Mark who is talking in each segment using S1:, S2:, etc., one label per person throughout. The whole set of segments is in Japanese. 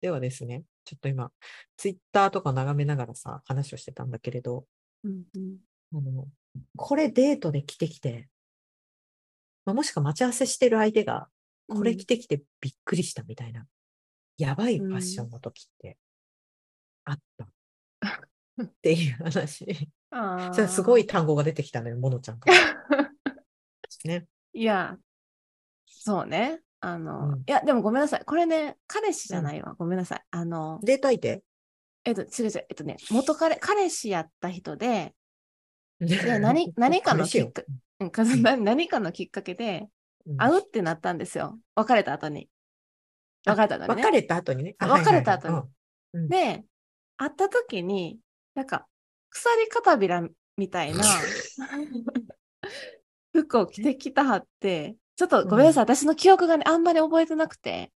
S1: ではですね、ちょっと今、ツイッターとか眺めながらさ、話をしてたんだけれど、
S2: うんうん
S1: あのこれデートで着てきて、まあ、もしくは待ち合わせしてる相手が、これ着てきてびっくりしたみたいな、やばいファッションの時って、あった。っていう話。
S2: あ
S1: じゃあ、
S2: ー
S1: すごい単語が出てきたのよ、モノちゃんから。 ね。
S2: いや、そうね。あの、
S1: うん
S2: いや、でもごめんなさい。これね、彼氏じゃないわ。ごめんなさい。あの、
S1: デート相手
S2: えっと、違う違う、えっとね、元彼、彼氏やった人で、
S1: い
S2: で 何何かの
S1: 嬉しい
S2: きっ
S1: よ
S2: かうんかな何かのきっかけで、
S1: うん
S2: 会うってなったんですよ。別れた後に。別れた後に、
S1: 別
S2: ね。
S1: れた後にね。あ
S2: 別れた後に。
S1: はいはいはい
S2: で、会った時に、なんか、鎖片びらみた いな服を着てきたはって、ちょっとごめんなさい。私の記憶がね、あんまり覚えてなくて。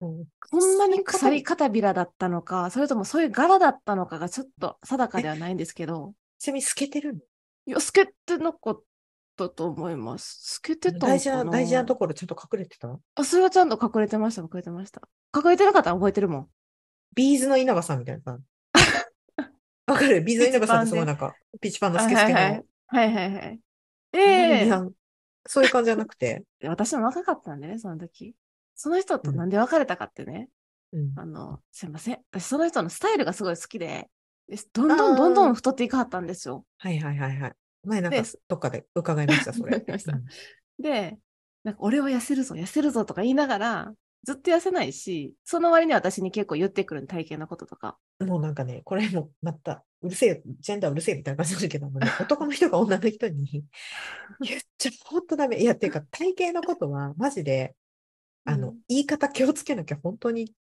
S1: うんうん
S2: ほんまに鎖片びらだったのか、それともそういう柄だったのかがちょっと定かではないんですけど、
S1: ちなみに透けてるの
S2: いや、透けてなかったと思います。透けてたのかな
S1: 大事な、大事なところちゃんと隠れてた
S2: あ、それはちゃんと隠れてました、隠れてました。隠れてなかったら覚えてるもん。
S1: ビーズの稲葉さんみたいな さ。わかるビーズの稲葉さんってすごいなんか、ピチパンのスケスケの。
S2: はいはいはい。はいはいはい。え
S1: い
S2: え
S1: やそういう感じじゃなくて。
S2: 私も若かったんでね、その時。その人となんで別れたかってね、
S1: うん
S2: あの、すいません。私その人のスタイルがすごい好きで、でどんどんどんどん太っていかはったんですよ。
S1: はいはいはいはい。前なんか
S2: で、
S1: どっかで伺いました、それ。
S2: 伺いました
S1: うん
S2: で、なんか俺は痩せるぞ、痩せるぞとか言いながら、ずっと痩せないし、その割には私に結構言ってくるの体型のこととか。
S1: もうなんかね、これもまた、うるせえ、ジェンダーうるせえみたいな感じなんだけど もね、男の人が女の人に 言っちゃほんとダメ。いや、っていうか、体型のことは、マジで、あの、
S2: うん
S1: 言い方気をつけなきゃ本当に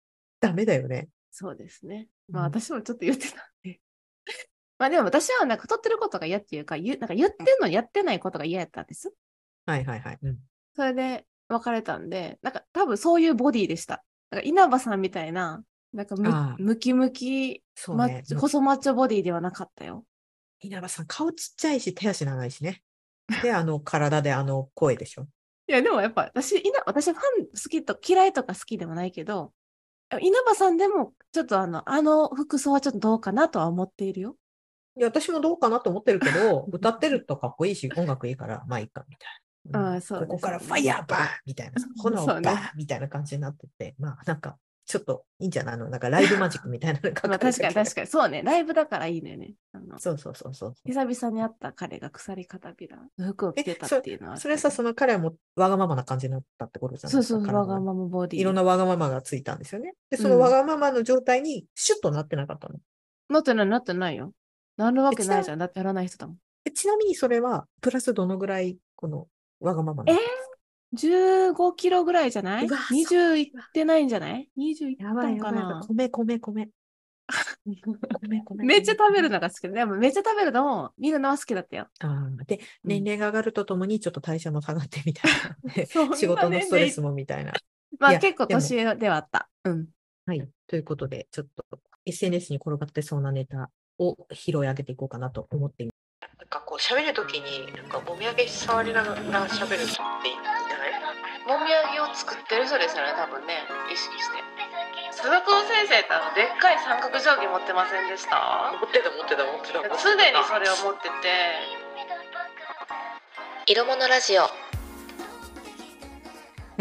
S1: ダメだよね。
S2: そうですね。まあ
S1: うん
S2: 私もちょっと言ってたんで。 まあでも私はなんか太ってることが嫌っていうか、言うなんか言ってんのにやってないことが嫌やったんです。
S1: はいはいはい。うん。
S2: それで別れたんで、なんか多分そういうボディでした。なんか稲葉さんみたいな、なんか
S1: あ
S2: む
S1: あ
S2: ムキムキ、
S1: そう
S2: マ
S1: ね。
S2: ッチョ細マッチョボディではなかったよ。
S1: 稲葉さん、顔ちっちゃいし、手足長いしね。で、あの、体で、あの、声でしょ。
S2: いや、でもやっぱ私、稲私ファン好きと嫌いとか好きでもないけど、稲葉さんでもちょっとあの、あの服装はちょっとどうかなとは思っているよ。
S1: いや、私もどうかなと思ってるけ ど、歌ってるとかっこいいし、音楽いいから、まあいいか、みたいな。ん
S2: あーそう
S1: ここから
S2: で
S1: フ
S2: すね
S1: ァイヤーバーンみ たいなさ、炎
S2: そ
S1: バ
S2: う
S1: ー
S2: ね
S1: ンみたいな感じになってて、まあなんか、ちょっといいんじゃないのなんかライブマジックみたいなのが
S2: まあ確かに確
S1: か
S2: かに。そうね。ライブだからいいのよね。あの
S1: に。そうそうそうそう。
S2: 久々に会った彼が鎖片びらの服を着てたっていうのはあった
S1: そ
S2: けど。
S1: れさ、その彼はもうわがままな感じになったってことじゃない
S2: そう
S1: ですか。
S2: そうそう、
S1: 彼も
S2: わがままボディ。
S1: いろんなわがままがついたんですよね。で、
S2: うん
S1: そのわがままの状態にシュッとなってなかったの。
S2: なってない、なってないよ。なるわけない
S1: えち
S2: じゃん。だってやらない人だもん。
S1: えちなみにそれは、プラスどのぐらい、この、わがまま
S2: え
S1: な。
S2: 15キロぐらいじゃないう
S1: わ
S2: ?20 いってないんじゃない ?20 いった
S1: やばい
S2: ん
S1: やば
S2: か
S1: いやば。
S2: ない
S1: 米米米。米米
S2: めっちゃ食べるのが好きで、でもめっちゃ食べるのも見るのは好きだったよ。
S1: あーで、年齢が上がるとともに、ちょっと代謝も下がってみたいな。
S2: そん な
S1: 仕事のストレス
S2: 年
S1: もみたいな。
S2: 齢ま
S1: い
S2: あ
S1: や
S2: 結構
S1: でも
S2: 年上ではあった。うん。
S1: はい。ということで、ちょっと SNS に転がってそうなネタを拾い上げていこうかなと思っています。なんかこう、喋るときに、なんかもみあげ触りながら喋るっていいんじゃない
S2: もみあげを作ってる人ですよね、多分ね。意識して。須田君先生ってあの、でっかい三角定規持ってませんでした
S1: 持ってた持ってた持ってた
S2: れを持ってて。
S3: 色物ラジオ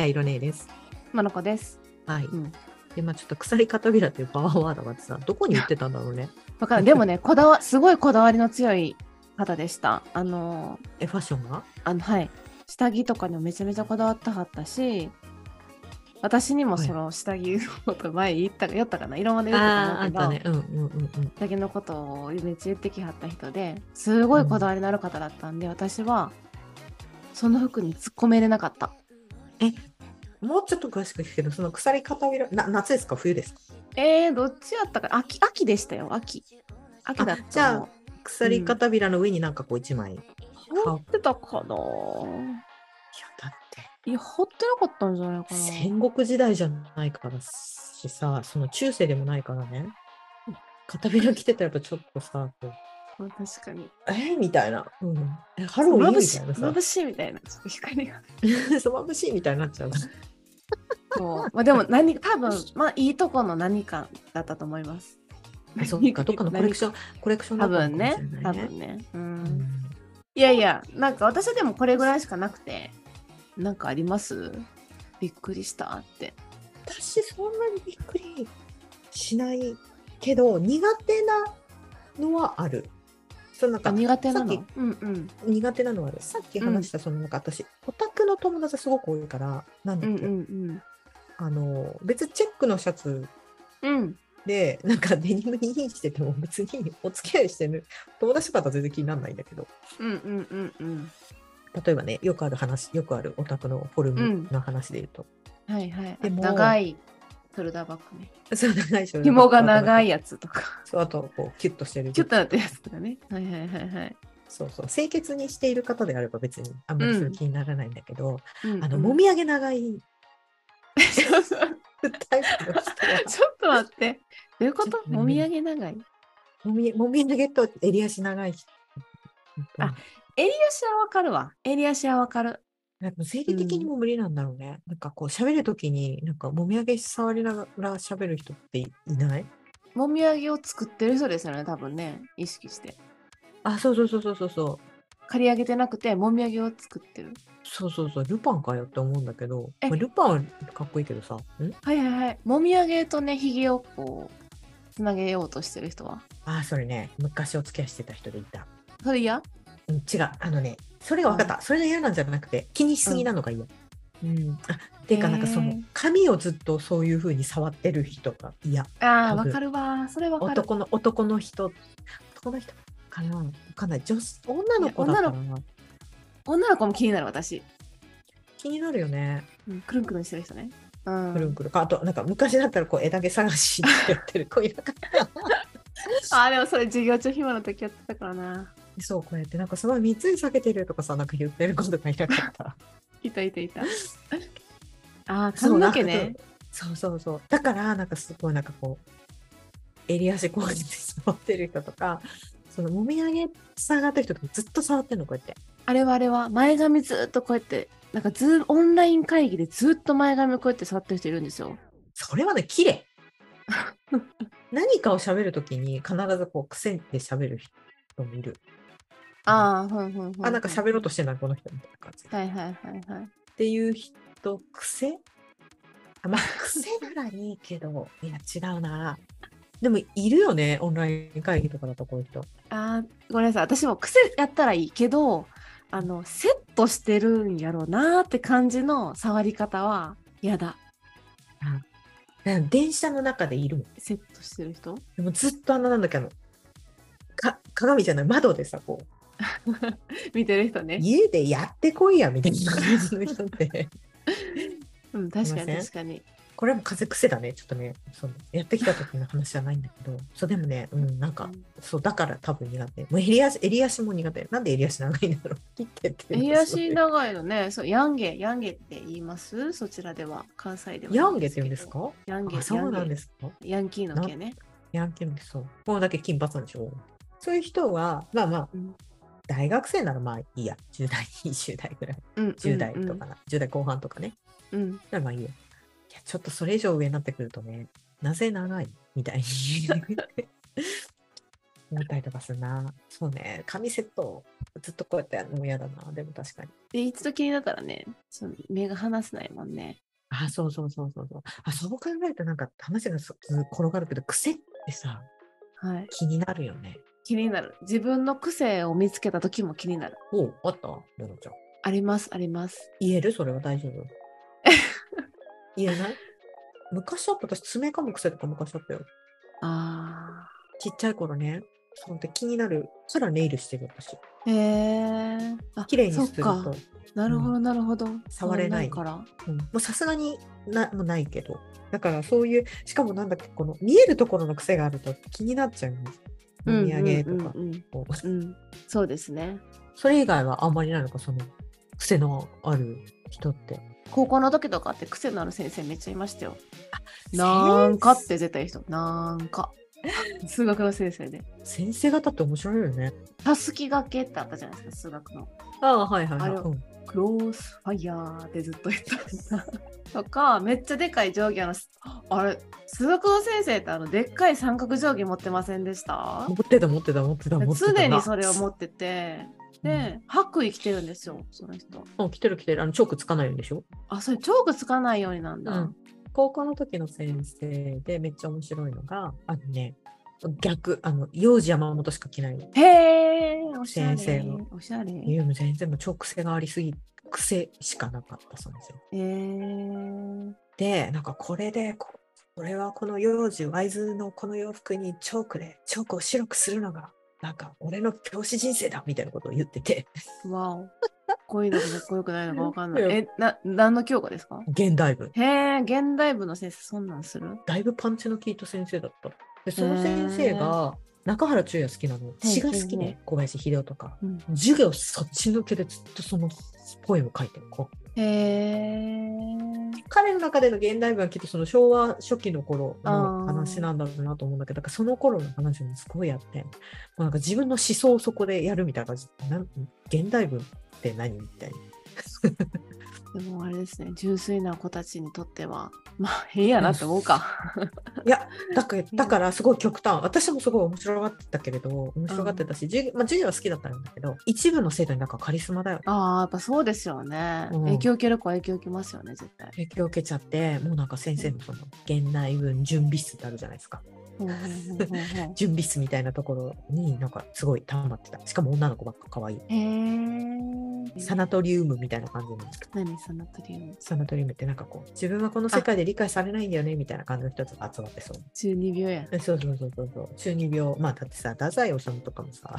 S1: はい、色ねえです。
S2: まのこです。
S1: はい。
S2: うん
S1: で、まあちょっと鎖片びらっていうパワーワードがあってさ、どこに言ってたんだろう ね。
S2: わかる。でもね、こだわ、すごいこだわりの強い方でした。あのー、
S1: え、ファッションが
S2: あの、はい。下着とかにもめちゃめちゃこだわったかったし、私にもその下着のこと前言った、言ったかな色まで言ったと
S1: あ
S2: 思うけど、
S1: ったね。うんうんうんうん。
S2: 下着のことをめっちゃ言ってきはった人で、すごいこだわりのある方だったんで、私は、その服に突っ込めれなかった。
S1: もうちょっと詳しく聞くけど、その鎖片びら、な夏ですか冬ですか
S2: えー、どっちやったか秋、秋でしたよ、秋。秋だった
S1: じゃ
S2: の
S1: あ。鎖片びらの上になんかこう一枚。いや、
S2: 羽織ってたかな
S1: だって、
S2: いや、羽織ってなかったんじゃないかな。
S1: 戦国時代じゃないからしさ、その中世でもないからね。片びら着てたらやっぱちょっとさ、こう
S2: まあ確かに。
S1: えーみたいな。うん。えハロウィン
S2: 眩
S1: み
S2: しい、
S1: たいなさ
S2: 眩。しいみたいな。ちょっと光が。
S1: そう眩しいみたいになっちゃう。
S2: そう。まあでも何、多分、まあいいとこの何かだったと思います。
S1: あそ っか、どっかのコレクション、コレクションだ
S2: 多
S1: ったのかも
S2: 分ね
S1: しれない。
S2: 多分ね。う。
S1: うんん
S2: いやいや、なんか私はでもこれぐらいしかなくて、なんかありますびっくりしたって。
S1: 私、そんなにびっくりしないけど、苦手なのはある。そのなん
S2: あ
S1: か
S2: 苦手な
S1: さっ
S2: のうんうん。
S1: 苦手なのはあるさっき話した、そのなんか私、オタクの友達すごく多いから、なん
S2: う
S1: だっ
S2: ん
S1: け、
S2: うん
S1: あの、別にチェックのシャツ
S2: うん。うん。
S1: で、なんかデニムにインしてても別にお付き合いしてる友達とかとは全然気にならないんだけど、
S2: うんうんうんうん。
S1: 例えばね、よくある話、よくあるオタクのフォルムの話で言うと、
S2: はいはい。
S1: でも
S2: 長いショルダーバッグね。
S1: そう長い人
S2: 紐が長
S1: い。
S2: いやつとか、
S1: そうあとこうキュッとしてる。
S2: ちょっとなってるやつとかね。はいはいはいはい。
S1: そうそう清潔にしている方であれば別にあんまりそれ気にならないんだけど、
S2: うん
S1: あの
S2: うん
S1: もみあげ長い
S2: そう そう
S1: タイプの 人 は
S2: ちょっと待って。どういうこ
S1: ちょ
S2: と
S1: っとね
S2: もみあげ長い。
S1: もみもみあげと襟足長い人。
S2: あ襟足はわかるわ。襟足はわかる。
S1: なんか生理的にも無理なんだろうね。なんかこう喋るときになんかもみあげ触りながら喋る人っていない
S2: もみあげを作ってる人ですよね、多分ね。意識して。
S1: あそうそうそうそうそうそう
S2: 刈り上げてなくて、もみあげを作ってる。
S1: そうそうそうルパンかよって思うんだけど、
S2: え
S1: まあ、ルパンはかっこいいけどさん
S2: はいはいはい。もみあげとね、ひげをこう、つなげようとしてる人は。
S1: あそれね昔お付き合いしてた人でいた。
S2: それ嫌
S1: うん、違う。あのね、それが分かった。それが嫌なんじゃなくて、気にしすぎなのが嫌。うん。あ、てか、なんかそ
S2: へ
S1: の
S2: ー、
S1: 髪をずっとそういう風に触ってる人が嫌。
S2: ああ、
S1: 多
S2: わ
S1: 分
S2: かるわ。それわかる。
S1: 男の、男の人、男の人かなわかんない。女子、女の子だったら
S2: 女の子も気になる、私。
S1: 気になるよね。
S2: うん、くるんくるんしてる人ね。うん。
S1: くるんくるん。あと、なんか昔だったらこう枝毛探しってやってる子いなか った。
S2: ああ、でもそれ授業中暇の時やってたからな。
S1: そう、こうやって、なんかすごい三つに避けてるとかさ、なんか言ってる子とかいなかった。
S2: いたいたい た。ああ、
S1: そう
S2: 髪の毛ね。
S1: そうそうそう。だから、なんかすごいなんかこう、襟足こうやって触ってる人とか、そのもみあげ下がってる人とかずっと触ってるの、こうやって。
S2: あれはあれは、前髪ずっとこうやって、なんかず、オンライン会議でずっと前髪こうやって触ってる人いるんですよ。
S1: それはね、綺麗何かを喋るときに必ずこう癖で喋る人もいる。
S2: ああ、ふんふんふん。
S1: あ、なんか喋ろうとしてない、この人みたいな感じ。っ
S2: はいはいはいはい。
S1: ていう人、癖あまあ、癖ならいいけど、いや、違うな。でも、いるよね、オンライン会議とかだと、こういう人。
S2: あーごめんなさい私も癖やったらいいけどあのセットしてるんやろうなーって感じの触り方は嫌だ
S1: なんか電車の中でいるもん。
S2: セットしてる人
S1: でもずっとあのなんだっけあのか鏡じゃない窓でさこう
S2: 見てる人ね、
S1: 家でやってこいやみたい な 感じの人って
S2: うん、確か
S1: いませ
S2: に
S1: ん
S2: 確かに
S1: これも風癖だねちょっとねそのやってきた時の話じゃないんだけどそうでもねうんなんかそうだから多分苦手もう襟足襟足も苦手なんで襟足長いんだろう 切ってって
S2: 襟足
S1: 長い
S2: 長いのねそうヤンゲヤンゲって言いますそちらでは関西では
S1: ヤンゲって言うんですか
S2: ヤンゲ
S1: あそうなんですすか
S2: ヤンキーの毛ね
S1: ヤンゲもそうこうだけ金髪なんでしょそういう人はまあまあ、
S2: うん
S1: 大学生ならまあいいや10代20代ぐらい
S2: うんうん
S1: 10代とかな、10代後半とかね
S2: うん、うん
S1: まあいいよ。いや、ちょっとそれ以上上になってくるとね、なぜ長いみ たいに思ったりとかするな。そうね、紙セット、ずっとこうやってやるのも嫌だな。でも確かに。
S2: で一度気になったらねその目が離せないもんね
S1: あ、そうそうそうそうそう。あ、そう考えるとなんか話がす転がるけど、癖ってさ、
S2: はい
S1: 気になるよね。
S2: 気になる自分の癖を見つけた時も気になる
S1: おうあったヨノちゃん。
S2: ありますあります
S1: 言えるそれは大丈夫。 言えない昔あった、私爪噛む癖とか昔あったよ。
S2: あ
S1: ちっちゃい頃ね、そうで気になるからネイルしてる私。
S2: あ。へえ。あ
S1: 綺麗にする
S2: そっ
S1: と
S2: か。なるほど、なるほど。
S1: 触れない
S2: 触から。
S1: うんもうさすがになもうないけどだからそういうしかもなんだっけこの見えるところの癖があると気になっちゃうんですお土産とか
S2: うんうん
S1: こう
S2: うんうんそうですね。
S1: それ以外はあんまりないのかその癖のある人って
S2: 高校の時とかって癖のある先生めっちゃいましたよ。なんかって絶対言う人。なんか。数学の先生で。
S1: 先生方って面白いよね
S2: たすきがけってあったじゃないですか、数学の。
S1: ああはいはい
S2: はい
S1: うん、
S2: クロースファイヤーってずっと言ったんだ。とか、めっちゃでかい定規あの、あれ、数学の先生ってあの、でっかい三角定規持ってませんでした
S1: 持ってた、持ってた、持ってた、持ってたな。
S2: 常にそれを持ってて、で、白衣着てるんですよ、その人。
S1: うん、来てる来てる。あの、チョークつかないんでしょ
S2: あ、それチョークつかないようになんだ。
S1: うん高校の時の先生でめっちゃ面白いのが、あのね、逆、あの、幼児山本しか着ない。
S2: へえ、おしゃれ。
S1: 先生の
S2: おしゃれ。
S1: いやもう全然もう超癖がありすぎ、癖しかなかったそうですよ。
S2: えー、
S1: で、なんかこれで、ここれはこの幼児、ワイズのこの洋服にチョークで、チョークを白くするのが、なんか俺の教師人生だみたいなことを言ってて、
S2: わお。こういうのかかっこよくないのかわかんない。
S1: うん
S2: え、な、何の教科ですか
S1: 現代文。
S2: へえ、現代部の先生、そんなんする
S1: だいぶパンチの効いた先生だった。で、その先生が、中原中也好きなの。詩が好き
S2: はいはいは
S1: で、小林秀夫とか。
S2: うん
S1: 授業そっちのけでずっとそのポエム書いてる子。
S2: へえ。
S1: 彼の中での現代文はきっとその昭和初期の頃の
S2: あー
S1: 話なんだろうなと思うんだけど、だからその頃の話もすごいあって、もうなんか自分の思想をそこでやるみたいな感じ。なん現代文って何み たいな。
S2: でもあれですね、純粋な子たちにとっては、まあ変やなって思うか。
S1: いやだから、だからすごい極端。私もすごい面白がってたけれど、面白がってたし、授業まあ、授業は好きだったんだけど、一部の生徒になんかカリスマだよ。
S2: ああ、やっぱそうですよね。
S1: うん
S2: 影響受ける子は影響受けますよね、絶対。
S1: 影響を受けちゃって、もうなんか先生のその現代文準備室ってあるじゃないですか。
S2: ほうほうほうほうほ
S1: 準備室みたいなところになんかすごい溜まってた。しかも女の子ばっか可愛い。
S2: うへえ。
S1: サナトリウムみたいな感じの
S2: 何サナトリウム
S1: サナトリウムってなんかこう自分はこの世界で理解されないんだよねみたいな感じの人たちが集まってそう。
S2: 中二 病や。
S1: えそうそうそうそうそう。中二病。まあだってさ、太宰治とかもさ、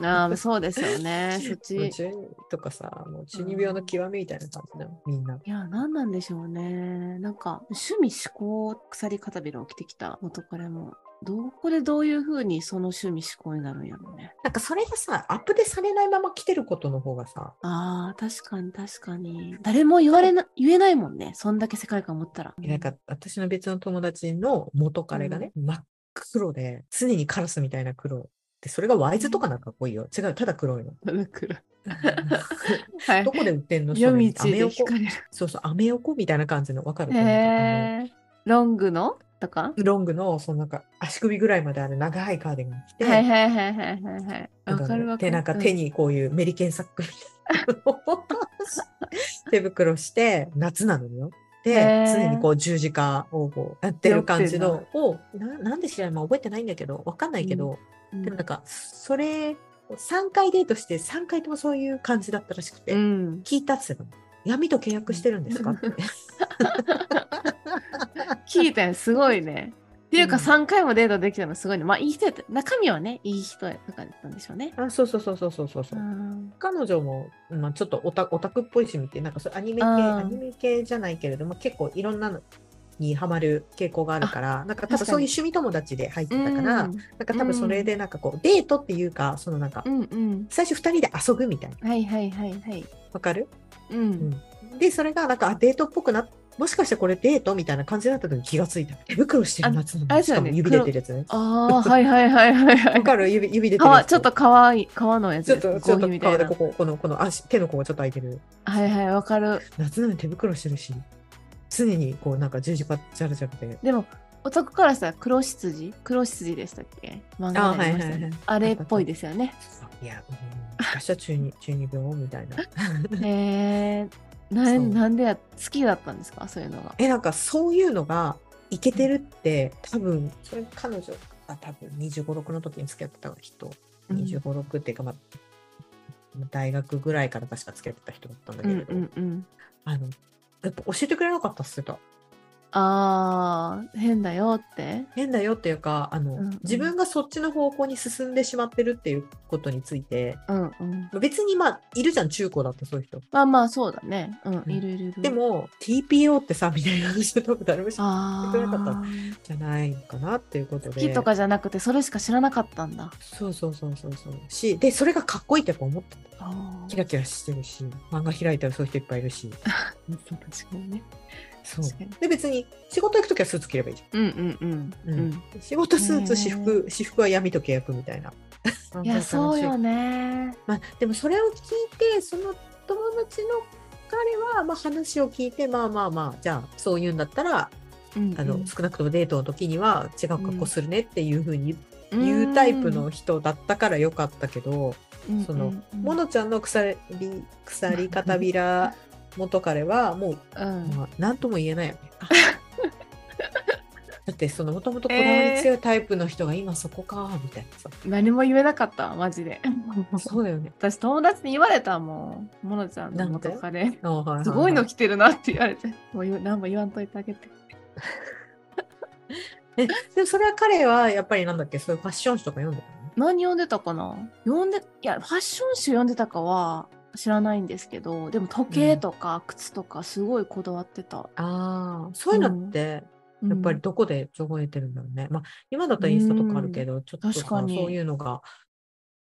S2: ああ、そうですよね。そっち。
S1: もう
S2: い
S1: 中とかさ、もう中二病の極みみたいな感じだよ、みんな。
S2: や、何なんでしょうね。なんか、趣味思考、鎖片びらを着てきた元彼も、どこでどういうふうにその趣味思考になるんやろうね。
S1: なんかそれがさ、アップデートされないまま来てることの方がさ、
S2: ああ、確かに確かに。誰も言われな、言えないもんね。そんだけ世界観持ったら。
S1: なんか私の別の友達の元彼がね、真っ黒で、常にカラスみたいな黒。で、それがワイズとかなんかっこいいよ。違う、ただ黒い の。
S2: うん、はい
S1: ど。こで売ってんの
S2: 夜
S1: それア
S2: 道
S1: メ
S2: で
S1: 横
S2: 惹かれる。
S1: そうそう、アメ横みたいな感じの、わかるなんか
S2: へえ。ロングのとか
S1: あのロングの、そのなんか足首ぐらいまである長いカーディガン着て、
S2: はいはいはいはいはいはい。
S1: な
S2: わ
S1: んか
S2: かるわか
S1: で、
S2: る。
S1: なんか手にこういうメリケンサックみたいなのを 手袋して、夏なのよ。
S2: へ
S1: で、
S2: ー
S1: 常にこう十字架をこうやってる感じ
S2: や
S1: のを、ななんで知らない、まあ、覚えてないんだけど、わかんないけど、
S2: うん、
S1: でもなんか、それ、3回デートして3回ともそういう感じだったらしくて、
S2: うん。
S1: 聞いたっつってたの闇と契約してるんですかって。
S2: 聞いたよ、すごいね。っていうか、
S1: うん
S2: 3回もデートできたのすごいね。まあ、いい人やった。中身はね、いい人やとかだったんでしょうね。
S1: あそうそうそうそうそうそう。う
S2: うん
S1: 彼女も、まあ、ちょっとオタオタクっぽい趣味ってなんかそうアニメ系
S2: あー
S1: アニメ系じゃないけれども結構いろんなのにハマる傾向があるからなんか多分
S2: 確かに
S1: そういう趣味友達で入ってたから、
S2: う
S1: なん
S2: ん
S1: か多分それでなんかこうデートっていうかそのなんか、
S2: うんうん。
S1: 最初2人で遊ぶみたいな
S2: はいはいはいはい。
S1: わかる、
S2: うん。
S1: でそれがなんかあデートっぽくなもしかしてこれデートみたいな感じになった時に気がついた手袋してる夏な
S2: ああ
S1: のに
S2: れだ
S1: し
S2: よ
S1: か
S2: ね
S1: も指出てるやつね
S2: ああ、はいはいはいはいはい
S1: わ。かる指指出てるや
S2: 皮、
S1: つ
S2: ちょっとかわいい、皮のやつ
S1: ちょ
S2: で
S1: っ
S2: すね。
S1: とちょっ
S2: コーヒー
S1: と
S2: みた
S1: 顔
S2: い
S1: で
S2: な
S1: こ。ここのこの足手の甲がちょっと開いてる
S2: はいはい、わかる。
S1: 夏なのに手袋してるし常にこうなんか十字架じゃらじゃらで
S2: でも、オタクからしたら黒羊黒羊でしたっけ漫画でありまし
S1: あは
S2: たよね
S1: いはいはい
S2: あれっぽいです よね。
S1: いやうん昔は中 二中二病みたいな
S2: へえ。
S1: そ
S2: な
S1: うん
S2: なんでや、好きだったんですかそういうのが。
S1: えなんかそういうのがいけてるって多分それ彼女が多分2 5 6の時に付き合ってた人
S2: うん
S1: 2 5 6っていうかまあ大学ぐらいから確か付き合ってた人だったんだ
S2: う
S1: け
S2: ん
S1: れど、
S2: うんうん。
S1: あのやっぱ教えてくれなかったっすよ
S2: ああ、変だよって。
S1: 変だよっていうかあの、
S2: うんうん
S1: 自分がそっちの方向に進んでしまってるっていうことについて
S2: うんうん。
S1: 別にまあいるじゃん中高だってそういう人
S2: まあまあ、そうだね。うん、
S1: うん
S2: いるいるいる。
S1: で、も TPO ってさみたいな話を多分誰も知らな
S2: あ
S1: 知らなか
S2: あ、
S1: いじゃないかなっていうこと
S2: 好
S1: で
S2: きとかじゃなくて、それしか知らなかったんだ。
S1: そうそうそうそうそうしでそれがかっこいいってやっぱ思った
S2: あ
S1: キラキラしてるし漫画開いたらそういう人いっぱいいるし
S2: ー確かにね。
S1: そう
S2: 確かに
S1: で別に仕事行く時はスーツ着ればいいじ
S2: うんうんうん。
S1: うん
S2: うん
S1: ゃん仕事スー
S2: へ
S1: ツ
S2: ー
S1: 私服私服は闇と契約みたいな
S2: いや、そうよね。
S1: まあ、でもそれを聞いてその友達の彼は、まあ、話を聞いて、まあまあまあ、じゃあ、そういうんだったら、あの、少なくともデートの時には違う格好するねっていうふうに言うタイプの人だったからよかったけど、その、モノちゃんの鎖、鎖片びら元彼は、もう、まあ、なんとも言え ないよね。だって、その、もともとこだわり強いタイプの人が今そこか、みたいなさ。
S2: 何も言えなかったマジで
S1: そうだよね。
S2: 私友達に言われたもんモノちゃんの元カレ
S1: あはいはいはい
S2: すごいの来てるなって言われてもう言う何も言わんといてあげて
S1: えでもそれは彼はやっぱりなんだっけそういうファッション誌とか読んでたの
S2: 何読んでたかな読んでいやファッション誌読んでたかは知らないんですけどでも時計とか靴とかすごいこだわってた、
S1: ああそういうのってやっぱりどこで情報得てるんだろうね、まあ今だったらインスタとかあるけど、ちょっとさ
S2: 確かに
S1: そういうのが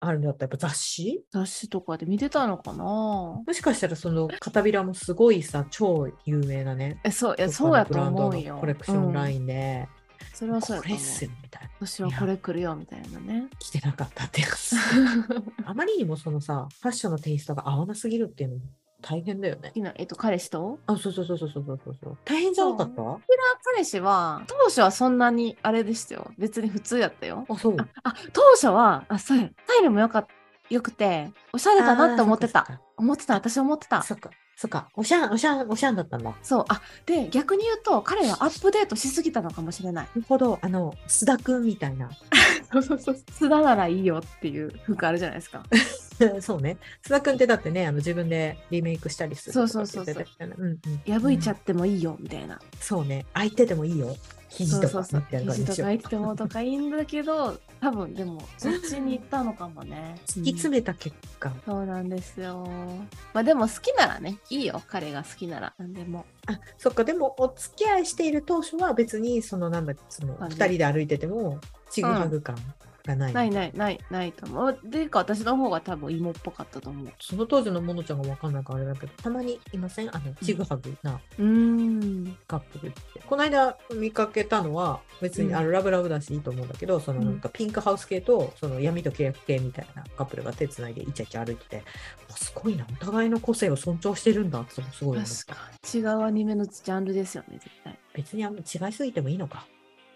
S1: あるんだったらやっぱ雑誌
S2: 雑誌とかで見てたのかな
S1: もしかしたらその片びらもすごいさ超有名なね
S2: えそういやそうやと思
S1: どっかのブラ
S2: う
S1: ンド
S2: よ
S1: のコレクションラ
S2: ン、
S1: インで、
S2: うんそれはそうや
S1: こと
S2: 思
S1: れっ
S2: う
S1: すよみたいな
S2: 私はこれ来るよみたいな ね
S1: 着てなかったってやつ あまりにもそのさファッションのテイストが合わなすぎるっていうのも大変だよね
S2: 好きなえっと彼氏と
S1: あそうそうそうそうそうそうそう大変じゃなかった
S2: 彼氏は当初はそんなにあれでしたよ別に普通やったよ
S1: あそう
S2: ああ当初はあそうやスタイルもよかよくておしゃれだなって思ってた思ってた私思ってた
S1: そっかそっかおしゃんおしゃんおしゃんだったんだな
S2: そうあで逆に言うと彼はアップデートしすぎたのかもしれない
S1: るほどあの須田くんみたいな
S2: そうそうそう素だならいいよっていう服あるじゃないですか
S1: そうね須田くんってだってねあの自分でリメイクしたりする
S2: そうそうそうそう
S1: とか言ってたよねうんうん、
S2: 破いちゃ
S1: うん
S2: ってもいいよみたいな、
S1: そうね空いててもいいよ肘と
S2: そ
S1: か
S2: うそうそう
S1: みたいな感じ
S2: 肘と
S1: で
S2: か
S1: しょ
S2: 入ってもとかいいんだけど多分でもそっちに行ったのかも ね
S1: 突き詰めた結果、
S2: そうなんですよまあでも好きならねいいよ彼が好きなら何でも
S1: あそっかでもお付き合いしている当初は別にそのなんだその
S2: そうね
S1: 2人で歩いててもちぐはぐ感がない,、
S2: ないないないないと思うっていうか私の方が多分芋っぽかったと思う
S1: その当時のモノちゃんが分かんないからあれだけどたまにいませんあのちぐはぐな
S2: うーん
S1: カップルってこの間見かけたのは別にあのラブラブだしいいと思うんだけど、そのなんかピンクハウス系とその闇と契約系みたいなカップルが手つないでイチャイチャ歩いててあすごいなお互いの個性を尊重してるんだってすごい思っ
S2: 確
S1: た
S2: かに違うアニメのジャンルですよね絶対
S1: 別にあんま違いすぎてもいいのか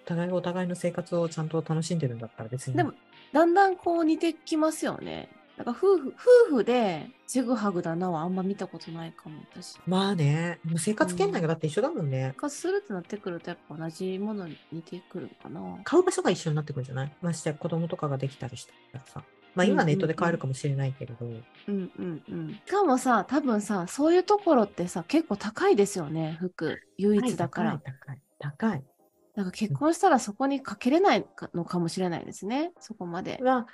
S1: お互いがお互いの生活をちゃんと楽しんでるんだったら別に
S2: でもだんだんこう似てきますよねなんか夫婦夫婦でちぐはぐだなはあんま見たことないかも私
S1: まあねもう生活圏内がだって一緒だもんね、
S2: 化するってなってくるとやっぱ同じものに似てくるのかな
S1: 買う場所が一緒になってくるんじゃないましてや子供とかができたりしたらさまあ
S2: うんうんう
S1: 今
S2: ん
S1: ネットで買えるかもしれないけれど、
S2: うんうんうんしかもさ多分さそういうところってさ結構高いですよね服唯一だから
S1: 高い高い高い
S2: なんか結婚したらそこにかけれないかのかもしれないですねそこまで、
S1: まあ、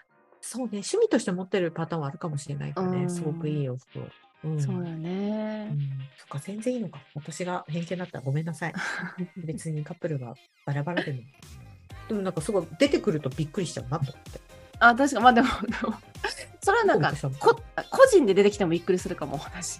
S1: そうね、趣味として持ってるパターンはあるかもしれないけど
S2: う
S1: ね、
S2: ん
S1: すごくいい洋服を。うん、
S2: そう
S1: うん
S2: よね、
S1: そっか、全然いいのか。私が偏見だったらごめんなさ い。別にカップルがバラバラでも。でもなんかすごい出てくるとびっくりしちゃうなと思って。
S2: あ確かまあでもでもそれはなんか
S1: どうでしょう
S2: こ個人で出てきてもびっくりするかも私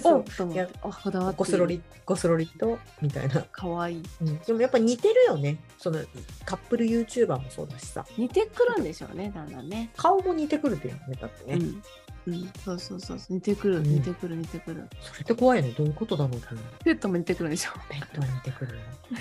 S1: そ
S2: お
S1: う
S2: っと思
S1: い
S2: っ
S1: や
S2: てあこだわって
S1: ゴスロリ、ゴスロリと、みたいな、
S2: かわいい
S1: うんでもやっぱ似てるよね。そのカップル YouTuber もそうだしさ。
S2: 似てくるんでしょうねだんだんね
S1: 顔も似てくるっていうのね、だってね。
S2: うんうん、そうそうそうそう似てくる
S1: うん
S2: 似てくる似てくる、
S1: それって怖いよね。どういうことだろうと思う。
S2: ペットも似てくるでしょ
S1: ペットは似てくるよ。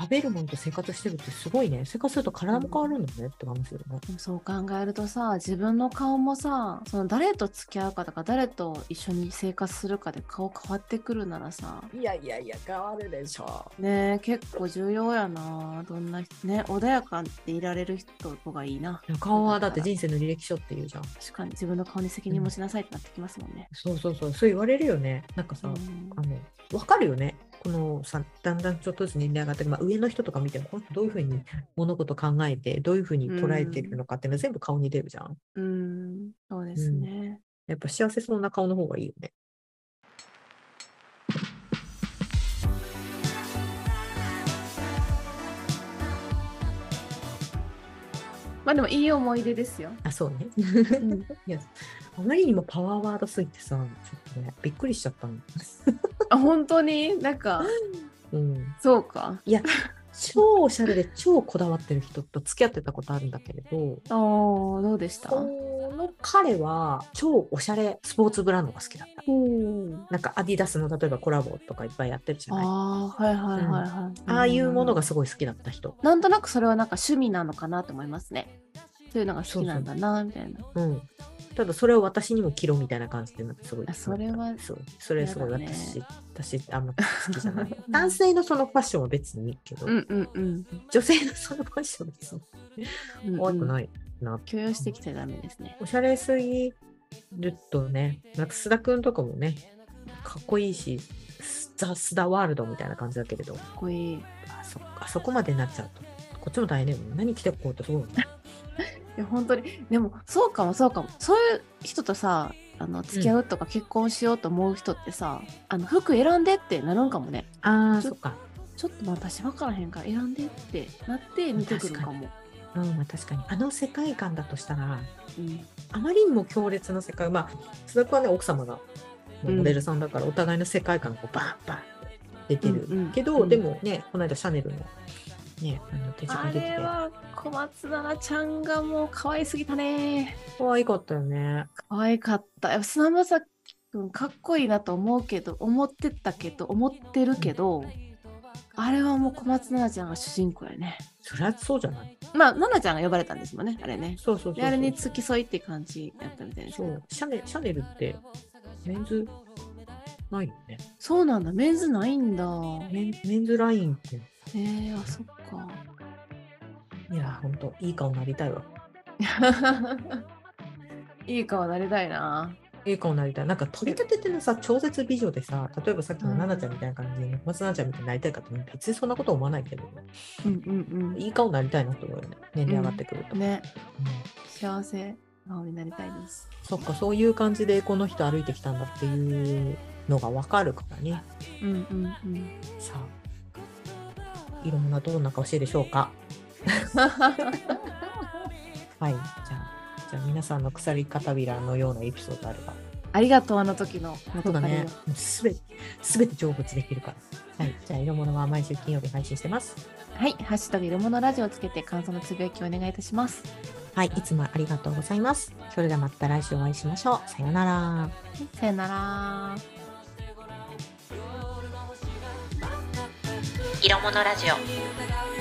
S1: 食べるものと生活してるってすごいね。生活すると体も変わるんだねって話だよね。
S2: でもそう考えるとさ自分の顔もさその誰と付き合うかとか誰と一緒に生活するかで顔変わってくるならさ
S1: いやいやいや、変わるでしょ
S2: ねえ結構重要やなどんな人ね穏やかでいられる人の方がいいな
S1: う。顔はだって人生の履歴書っていうじゃん。
S2: 確かに自分の顔に責任もしなさいってなってきますもんね、
S1: そうそうそう、そう言われるよね。なんかさ、
S2: うん
S1: あの、わかるよね。このさ、だんだんちょっとずつ年齢上がって、まあ、上の人とか見ても、この人どういうふうに物事考えて、どういうふうに捉えてるのかっていうのは全部顔に出るじゃん。
S2: うんそうですね、
S1: やっぱ幸せそうな顔の方がいいよね。
S2: まあでもいい思い出ですよ、
S1: あ、そうね。
S2: うん
S1: あまりにもパワーワードすぎてさ、ちょっとね、びっくりしちゃったの。
S2: あ本当になんか
S1: うん。
S2: そうか
S1: いや、超おしゃれで超こだわってる人と付き合ってたことあるんだけれど、
S2: ああどうでした
S1: そのの彼は超おしゃれスポーツブランドが好きだった。
S2: うん。
S1: なんかアディダスの例えばコラボとかいっぱいやってるじゃない。あ
S2: ああ、はいはいはいはい。
S1: あいうもの
S2: が。
S1: がすごい好きだった人。
S2: なんとなくそれはなんか趣味なのかなと思いますね。そういうのが好きなんだな、みたいな。
S1: うん。ただそれを私にも着ろみたいな感じでなんかすごい
S2: あそれは
S1: そうそれすごい
S2: 嫌だね
S1: 私、私あんま好きじゃない 男性のそのファッションは別にいいけど、
S2: うんうんうん
S1: 女性のそのファッションは別に
S2: うんうん。
S1: 多くないな、
S2: 許容してきちゃダメですね。
S1: おしゃれすぎるとねなんか須田くんとかもねかっこいいしザ・須田ワールドみたいな感じだけれど
S2: かっこいい。い
S1: あそあそこまでなっちゃうとこっちも大変だよね何着てこうとそうだね
S2: や、本当に。でも、そうかもそうかも。そういう人とさ、あの付き合うとか結婚しようと思う人ってさ、あの服選んでってなるんかもね。
S1: ああ
S2: ちょ
S1: そっか
S2: ちょっとまあ私分からへんから選んでってなって見てくるかも。
S1: うんまあ確かにあの世界観だとしたら
S2: うん
S1: あまりにも強烈な世界まあ須田くんはね奥様がもうモデルさんだから、お互いの世界観がこうバンバンって出てる、
S2: うんうん
S1: けど、
S2: うん
S1: でもねこの間シャネルのねあの手
S2: あ
S1: 近出て
S2: れ
S1: て
S2: は小松菜奈ちゃんがもう可愛すぎたね。
S1: 可愛かったよね
S2: 可愛かった。やっぱ砂正輝くんかっこいいなと思うけど、思ってたけど、思ってるけど、あれはもう小松菜奈ちゃんが主人公やね。
S1: そりゃそうじゃない
S2: まあ、菜奈ちゃんが呼ばれたんですもんね、あれね。
S1: そうそうそう
S2: で、あれに付き添いって感じやったみたいです
S1: そ
S2: けど
S1: うシャネシャネルってメンズないよね
S2: そうなんだ、メンズないんだ。
S1: メンメンズラインって
S2: えー、あ、そっ
S1: いやほんといい顔なりたいわ
S2: か。いい顔なりたいな。
S1: いい顔なりたいなんか取り立ててのさ超絶美女でさ例えばさっきの
S2: うん
S1: 奈々ちゃんみたいな感じで、松菜奈ちゃんみたいになりたいかって別にそんなこと思わないけど
S2: うんうん
S1: いい顔になりたいなと思うよね年齢上がってくると、
S2: うん。ね、
S1: うん
S2: 幸せ顔になりたいです。
S1: そっかそういう感じでこの人歩いてきたんだっていうのがわかるからね
S2: うん うんうん。
S1: さあいろんなどんな顔してるでしょうかはい、じゃあ、じゃあ皆さんの鎖片びらのようなエピソードあれば。
S2: ありがとう、あの時の。
S1: そうだね。すべて、すべて成仏できるから。はい、じゃあ、色物は毎週金曜日配信してます。
S2: はい、ハッシュタグいるものラジオをつけて感想のつぶやきをお願いいたします。
S1: はい、いつもありがとうございます。それではまた来週お会いしましょう。さようなら。
S2: さよなら。
S3: 色物ラジオ